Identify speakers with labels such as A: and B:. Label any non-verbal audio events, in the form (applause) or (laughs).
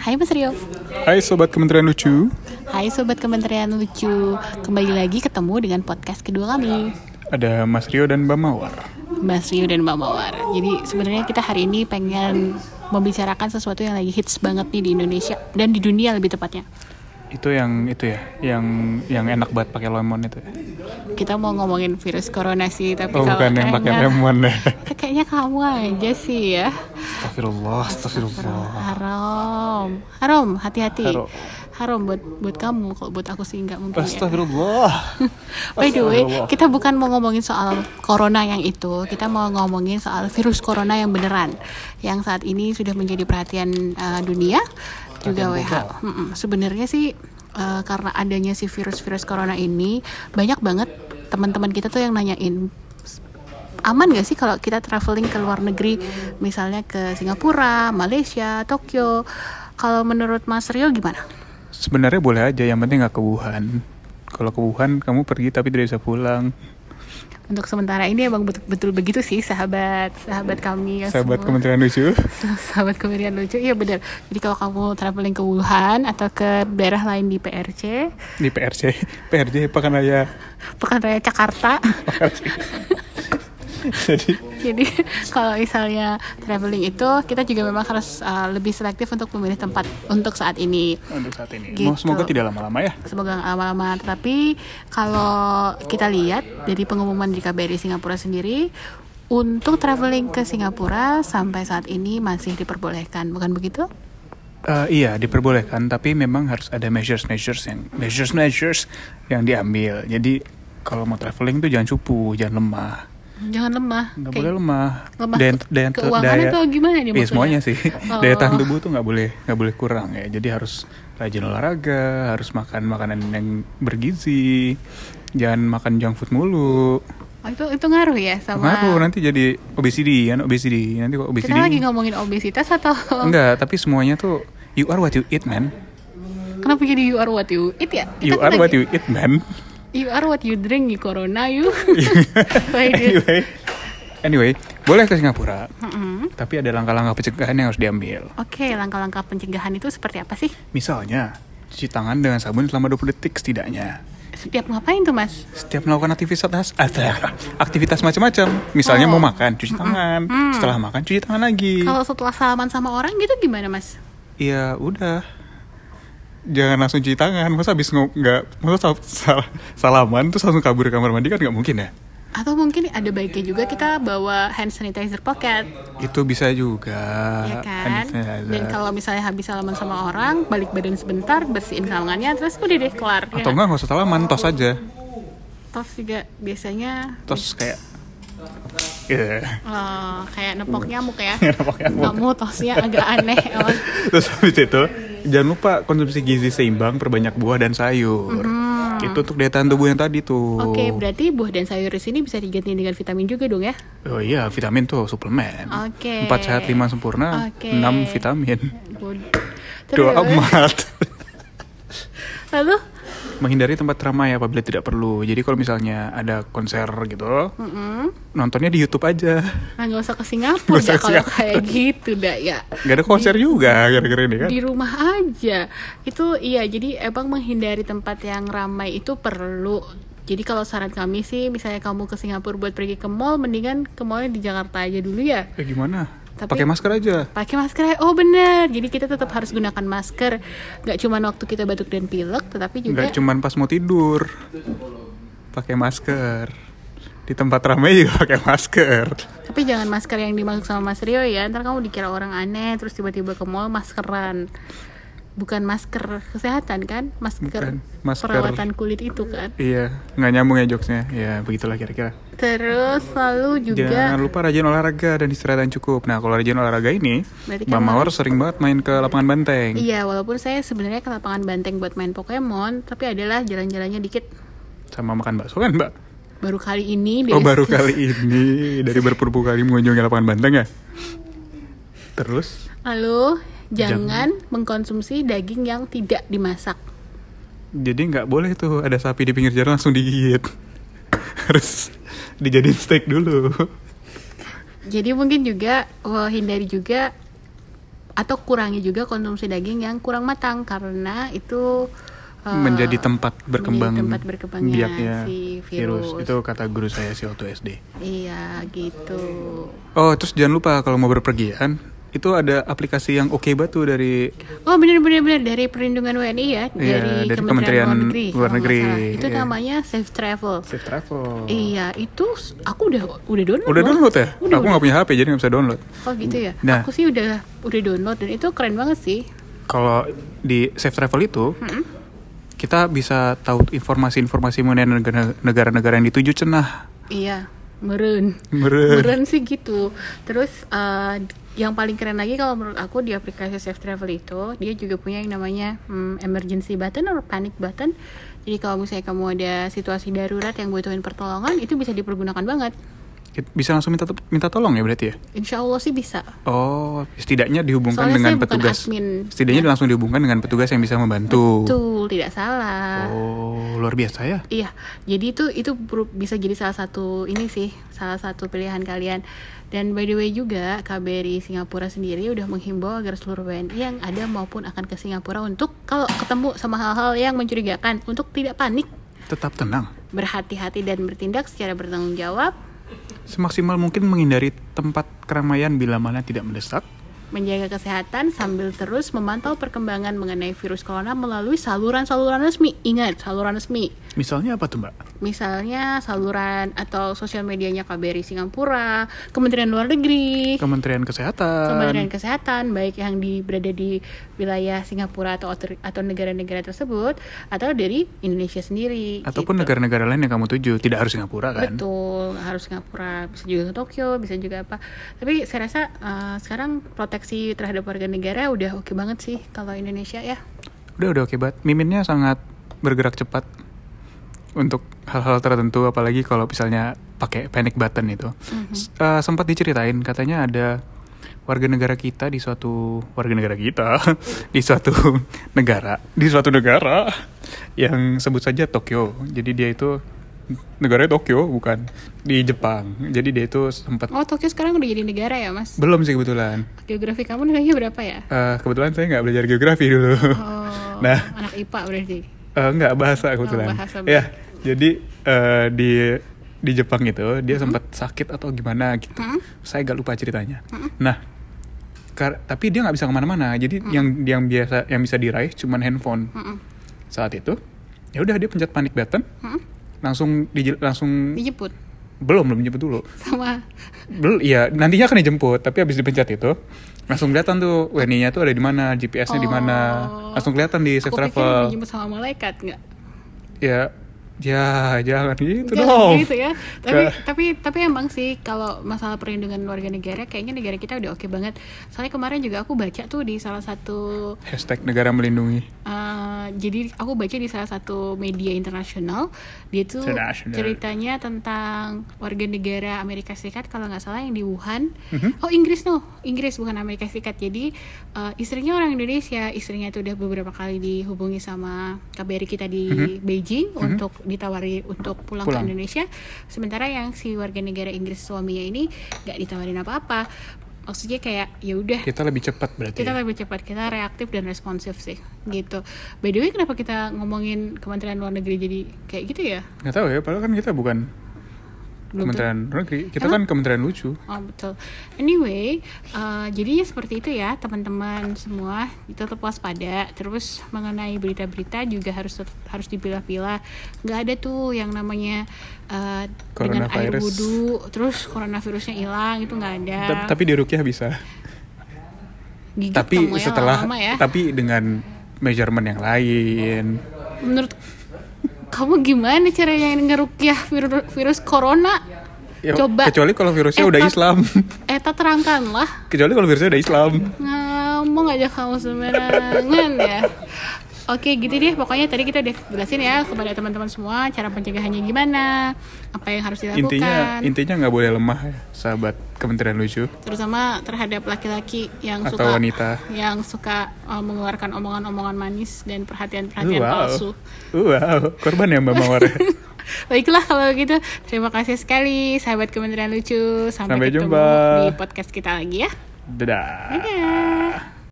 A: Hai Mas Rio.
B: Hai Sobat Kementerian Lucu,
A: Hai Sobat Kementerian Lucu. Kembali lagi ketemu dengan podcast kedua kami.
B: ada Mas Rio dan Mbak Mawar.
A: Mas Rio dan Mbak Mawar. Jadi sebenarnya kita hari ini pengen membicarakan sesuatu yang lagi hits banget nih di Indonesia dan di dunia lebih tepatnya.
B: Itu yang itu ya, yang yang enak banget pakai lemon itu. ya?
A: Kita mau ngomongin virus corona sih, tapi
B: Oh
A: kalau
B: bukan yang pakai
A: kayaknya-
B: lemon ya.
A: Kayaknya kamu aja sih ya.
B: Astagfirullah, astagfirullah.
A: Haram. Haram, hati-hati.
B: Haram.
A: Haram buat buat kamu, kalau buat aku sih nggak mungkin. ya.
B: Astagfirullah.
A: By the way,
B: Astagfirullah.
A: kita bukan mau ngomongin soal corona yang itu, kita mau ngomongin soal virus corona yang beneran, yang saat ini sudah menjadi perhatian uh, dunia juga WHO. Mm-mm. Sebenarnya sih uh, karena adanya si virus-virus corona ini banyak banget teman-teman kita tuh yang nanyain aman gak sih kalau kita traveling ke luar negeri, misalnya ke Singapura, Malaysia, Tokyo. Kalau menurut Mas Rio gimana?
B: Sebenarnya boleh aja, yang penting nggak ke Wuhan. Kalau ke Wuhan kamu pergi tapi tidak bisa pulang.
A: Untuk sementara ini emang betul, betul begitu sih sahabat sahabat kami yang Ya,
B: Sahabat
A: semua.
B: Kementerian Lucu.
A: (laughs) sahabat kemudian lucu iya benar jadi kalau kamu traveling ke Wuhan atau ke daerah lain di PRC
B: Di PRC, PRJ Pekanraya.
A: pekan raya Jakarta
B: Jadi
A: (laughs) jadi kalau misalnya traveling itu kita juga memang harus uh, lebih selektif untuk memilih tempat untuk saat ini
B: untuk saat ini,
A: Gitu.
B: Mo- semoga tidak lama-lama ya.
A: semoga nggak lama-lama tapi kalau kita lihat dari pengumuman di KBRI Singapura sendiri untuk traveling ke Singapura sampai saat ini masih diperbolehkan bukan begitu
B: Eh, iya diperbolehkan tapi memang harus ada measures measures yang measures measures yang diambil jadi kalau mau traveling tuh jangan cupu jangan lemah
A: jangan lemah
B: nggak
A: Kayak-
B: boleh lemah
A: lemah
B: Dan- dan-
A: keuangan atau gimana nih
B: Iya,
A: maksudnya?
B: semuanya sih
A: Oh.
B: daya tahan tubuh tuh nggak boleh nggak boleh kurang ya jadi harus rajin olahraga harus makan makanan yang bergizi jangan makan junk food mulu
A: Oh, itu itu ngaruh ya sama
B: ngaruh nanti jadi obesity kan obesity nanti kok obesity
A: kita lagi ngomongin obesitas atau
B: enggak tapi semuanya tuh you are what you eat man
A: kenapa jadi you are what you eat ya Kita
B: you
A: kan
B: are
A: lagi-
B: what you eat man
A: you are what you drink you corona you
B: (laughs) Iya.
A: Why do-
B: anyway, anyway, boleh ke Singapura,
A: Mm-mm.
B: tapi ada langkah-langkah pencegahan yang harus diambil.
A: Oke, langkah-langkah pencegahan itu seperti apa sih?
B: Misalnya, cuci tangan dengan sabun selama 20 detik setidaknya.
A: Setiap ngapain tuh, Mas?
B: Setiap melakukan aktivitas (laughs) ada aktivitas macam-macam, misalnya
A: Oh.
B: mau makan, cuci tangan, setelah makan cuci tangan lagi.
A: Kalau setelah salaman sama orang gitu gimana, Mas?
B: Iya, udah. Jangan langsung cuci tangan, masa habis ngo- nggak, masa sal- sal- salaman terus langsung kabur ke kamar mandi kan nggak mungkin ya.
A: Atau mungkin ada baiknya juga kita bawa hand sanitizer pocket,
B: Itu bisa juga.
A: ya kan?
B: Ah, Sanitizer.
A: Dan kalau misalnya habis salaman sama orang, balik badan sebentar, bersihin tangannya, terus udah deh kelar. ya.
B: Atau enggak nggak usah salaman, tos
A: Oh.
B: aja.
A: Tos juga biasanya
B: terus kayak (laughs) gitu
A: Oh, kayak nepok nyamuk
B: (laughs)
A: ya.
B: Nepok nyamuk.
A: Kamu tosnya agak aneh. ya kan? emang.
B: (laughs) terus habis itu jangan lupa konsumsi gizi seimbang perbanyak buah dan sayur itu untuk daya tahan tubuh yang tadi tuh
A: Mm-hmm. Oke, berarti buah dan sayur di sini bisa diganti dengan vitamin juga dong ya?
B: oh iya vitamin tuh suplemen
A: Oke.
B: empat sehat lima sempurna
A: Oke.
B: enam vitamin
A: Bod- Terus,
B: doa amat (laughs)
A: lalu
B: menghindari tempat ramai apabila tidak perlu jadi kalau misalnya ada konser gitu
A: Mm.
B: nontonnya di YouTube aja
A: nah, nggak usah ke Singapura
B: Nggak usah
A: dah
B: ke
A: kalau
B: Singapura.
A: kayak gitu dah ya.
B: nggak ada konser juga gara-gara ini kan
A: Di rumah aja. Itu iya, jadi emang menghindari tempat yang ramai itu perlu. Jadi kalau saran kami sih, misalnya kamu ke Singapura buat pergi ke mall, mendingan ke mallnya di Jakarta aja dulu ya.
B: ya gimana
A: Tapi-
B: pakai masker aja
A: pakai masker oh bener jadi kita tetap harus gunakan masker nggak cuma waktu kita batuk dan pilek tetapi juga
B: nggak cuman pas mau tidur pakai masker di tempat ramai juga (laughs) pakai masker
A: tapi jangan masker yang dimaksud sama Mas Rio ya ntar kamu dikira orang aneh terus tiba-tiba ke mall maskeran bukan masker kesehatan kan masker,
B: Bukan, masker.
A: perawatan kulit itu kan
B: iya nggak nyambung ya jokesnya ya begitulah kira-kira
A: terus lalu juga
B: jangan lupa rajin olahraga dan istirahat yang cukup nah kalau rajin olahraga ini
A: Berarti
B: mbak
A: kamu
B: mawar sering banget main ke lapangan banteng
A: iya walaupun saya sebenarnya ke lapangan banteng buat main Pokemon tapi adalah jalan-jalannya dikit
B: sama makan bakso kan mbak
A: baru kali ini deh
B: oh baru kali ini dari berpuluh kali mengunjungi lapangan banteng ya terus
A: lalu
B: Jangan.
A: jangan mengkonsumsi daging yang tidak dimasak
B: jadi nggak boleh tuh ada sapi di pinggir jalan langsung digigit (laughs) harus dijadiin steak dulu
A: Jadi mungkin juga wah, hindari juga atau kurangi juga konsumsi daging yang kurang matang karena itu eh,
B: menjadi tempat berkembang
A: menjadi tempat berkembangnya
B: biaknya
A: si
B: virus.
A: virus.
B: Itu kata guru saya si waktu SD.
A: Iya gitu.
B: Oh, terus jangan lupa kalau mau berpergian, itu ada aplikasi yang oke batu dari
A: Oh benar-benar benar dari perlindungan WNI ya
B: Iya,
A: dari,
B: dari
A: Kementerian,
B: Kementerian
A: Luar Negeri.
B: Luar
A: kalau nggak
B: Negeri,
A: salah. Itu
B: iya.
A: namanya Safe Travel.
B: Safe Travel.
A: Iya itu s- aku udah udah download.
B: Udah
A: loh.
B: download ya?
A: Udah,
B: Aku nggak punya HP jadi nggak bisa download.
A: Oh gitu ya.
B: Nah.
A: Aku sih udah udah download dan itu keren banget sih.
B: Kalau di Safe Travel itu kita bisa tahu informasi-informasi mengenai negara- negara-negara yang dituju cenah.
A: Iya meren.
B: Meren.
A: Meren sih gitu. Terus eh, yang paling keren lagi kalau menurut aku di aplikasi Safe Travel itu dia juga punya yang namanya hmm, emergency button atau panic button. Jadi kalau misalnya kamu ada situasi darurat yang butuhin pertolongan itu bisa dipergunakan banget.
B: Bisa langsung minta minta tolong ya berarti ya?
A: Insya Allah sih bisa.
B: Oh, setidaknya dihubungkan
A: Soalnya
B: dengan
A: saya bukan
B: petugas.
A: admin. Ya.
B: Setidaknya langsung dihubungkan dengan petugas yang bisa membantu.
A: Betul, tidak salah.
B: Oh, luar biasa ya.
A: Iya, jadi itu itu beru- bisa jadi salah satu ini sih, salah satu pilihan kalian. Dan by the way juga KBRI Singapura sendiri udah menghimbau agar seluruh WNI yang ada maupun akan ke Singapura untuk kalau ketemu sama hal-hal yang mencurigakan untuk tidak panik,
B: Tetap tenang.
A: berhati-hati dan bertindak secara bertanggung jawab,
B: Semaksimal mungkin menghindari tempat keramaian bila mana tidak mendesak.
A: menjaga kesehatan sambil terus memantau perkembangan mengenai virus corona melalui saluran-saluran resmi. Ingat, saluran resmi.
B: Misalnya apa tuh, Mbak?
A: misalnya saluran atau sosial medianya KBRI Singapura, Kementerian Luar Negeri,
B: Kementerian Kesehatan.
A: Eh. Kementerian Kesehatan, baik yang di, berada di wilayah Singapura atau otor- atau negara-negara tersebut, atau dari Indonesia sendiri.
B: Ataupun
A: gitu.
B: negara-negara lain yang kamu tuju, tidak harus Singapura kan?
A: Betul, nggak harus Singapura, bisa juga ke Tokyo, bisa juga apa. Tapi saya rasa eh, sekarang proteksi terhadap warga negara udah oke banget sih kalau Indonesia ya.
B: Udah udah oke banget. Miminnya sangat bergerak cepat untuk hal-hal tertentu apalagi kalau misalnya pakai panic button itu. S- eh, sempat diceritain katanya ada warga negara kita di suatu warga negara kita (laughs) di suatu negara di suatu negara yang sebut saja Tokyo. Jadi dia itu negaranya Tokyo bukan di Jepang. Jadi dia itu sempat
A: Oh, Tokyo sekarang udah jadi negara ya, Mas?
B: belum sih kebetulan.
A: Geografi kamu nilainya berapa ya?
B: Eh, kebetulan saya nggak belajar geografi dulu. (laughs)
A: Oh,
B: Nah.
A: anak IPA berarti.
B: Eh, nggak bahasa kebetulan.
A: Oh, bahasa, baik.
B: ya, jadi eh, di di Jepang itu
A: Mm-hmm.
B: dia sempat sakit atau gimana gitu. Saya agak lupa ceritanya.
A: Mm-hmm.
B: Nah, kar- tapi dia nggak bisa kemana-mana. Jadi
A: Mm-hmm.
B: yang yang biasa yang bisa diraih cuman handphone.
A: Mm-mm.
B: Saat itu, ya udah dia pencet panic button,
A: Mm-mm.
B: langsung di langsung
A: Dijemput
B: belum belum jemput dulu.
A: sama
B: Bel, iya nantinya akan dijemput, tapi habis dipencet itu langsung kelihatan tuh WNI-nya tuh ada di mana, GPS-nya di mana,
A: Oh.
B: langsung kelihatan di safe
A: aku pikir
B: travel.
A: dijemput sama malaikat nggak
B: ya ya jangan gitu
A: Nggak,
B: dong
A: gitu ya tapi
B: Nggak.
A: tapi tapi emang sih kalau masalah perlindungan warga negara kayaknya negara kita udah oke banget soalnya kemarin juga aku baca tuh di salah satu
B: hashtag negara melindungi
A: eh, jadi aku baca di salah satu media internasional dia tuh
B: International.
A: ceritanya tentang warga negara Amerika Serikat kalau nggak salah yang di Wuhan oh Inggris no Inggris bukan Amerika Serikat jadi eh, istrinya orang Indonesia istrinya itu udah beberapa kali dihubungi sama KBRI kita di Beijing untuk ditawari untuk pulang,
B: Pulang.
A: ke Indonesia sementara yang si warga negara Inggris suaminya ini nggak ditawarin apa-apa maksudnya kayak ya udah
B: kita lebih cepat berarti
A: kita
B: ya.
A: lebih cepat kita reaktif dan responsif sih gitu by the way kenapa kita ngomongin kementerian luar negeri jadi kayak gitu ya
B: nggak tahu ya padahal kan kita bukan
A: Belum
B: kementerian luar negeri kita kan kementerian lucu
A: Oh betul. Anyway, eh, jadinya seperti itu ya teman-teman semua. Tetap waspada. Terus mengenai berita-berita juga harus tet- harus dipilah-pilah. Nggak ada tuh yang namanya eh, dengan air
B: Coronavirus.
A: wudhu terus coronavirusnya hilang itu nggak ada.
B: Ta- tapi di rukyah bisa
A: Gigit
B: tapi
A: kamu ya
B: setelah
A: lama-lama ya.
B: tapi dengan measurement yang lain
A: Menurut kamu gimana caranya ngerukyah virus, virus corona? Eh,
B: Ya,
A: Coba. Eh,
B: kecuali kalau virusnya udah
A: Etat-
B: Islam (laughs)
A: Eta terangkanlah.
B: kecuali kalau virusnya udah Islam
A: Ya, ngomong aja kamu sembarangan ya Oke gitu deh pokoknya tadi kita udah jelasin ya kepada teman-teman semua cara pencegahannya gimana apa yang harus dilakukan
B: intinya intinya nggak boleh lemah ya sahabat kementerian lucu
A: terutama terhadap laki-laki yang
B: Atau
A: suka
B: wanita.
A: yang suka uh, mengeluarkan omongan-omongan manis dan perhatian-perhatian
B: wow
A: palsu
B: wow korban ya mbak mawar
A: (laughs)
B: ya?
A: Baiklah kalau gitu terima kasih sekali sahabat Kementerian Lucu sampai,
B: Sampai
A: ketemu
B: jumpa.
A: di podcast kita lagi ya
B: dadah
A: Dadah.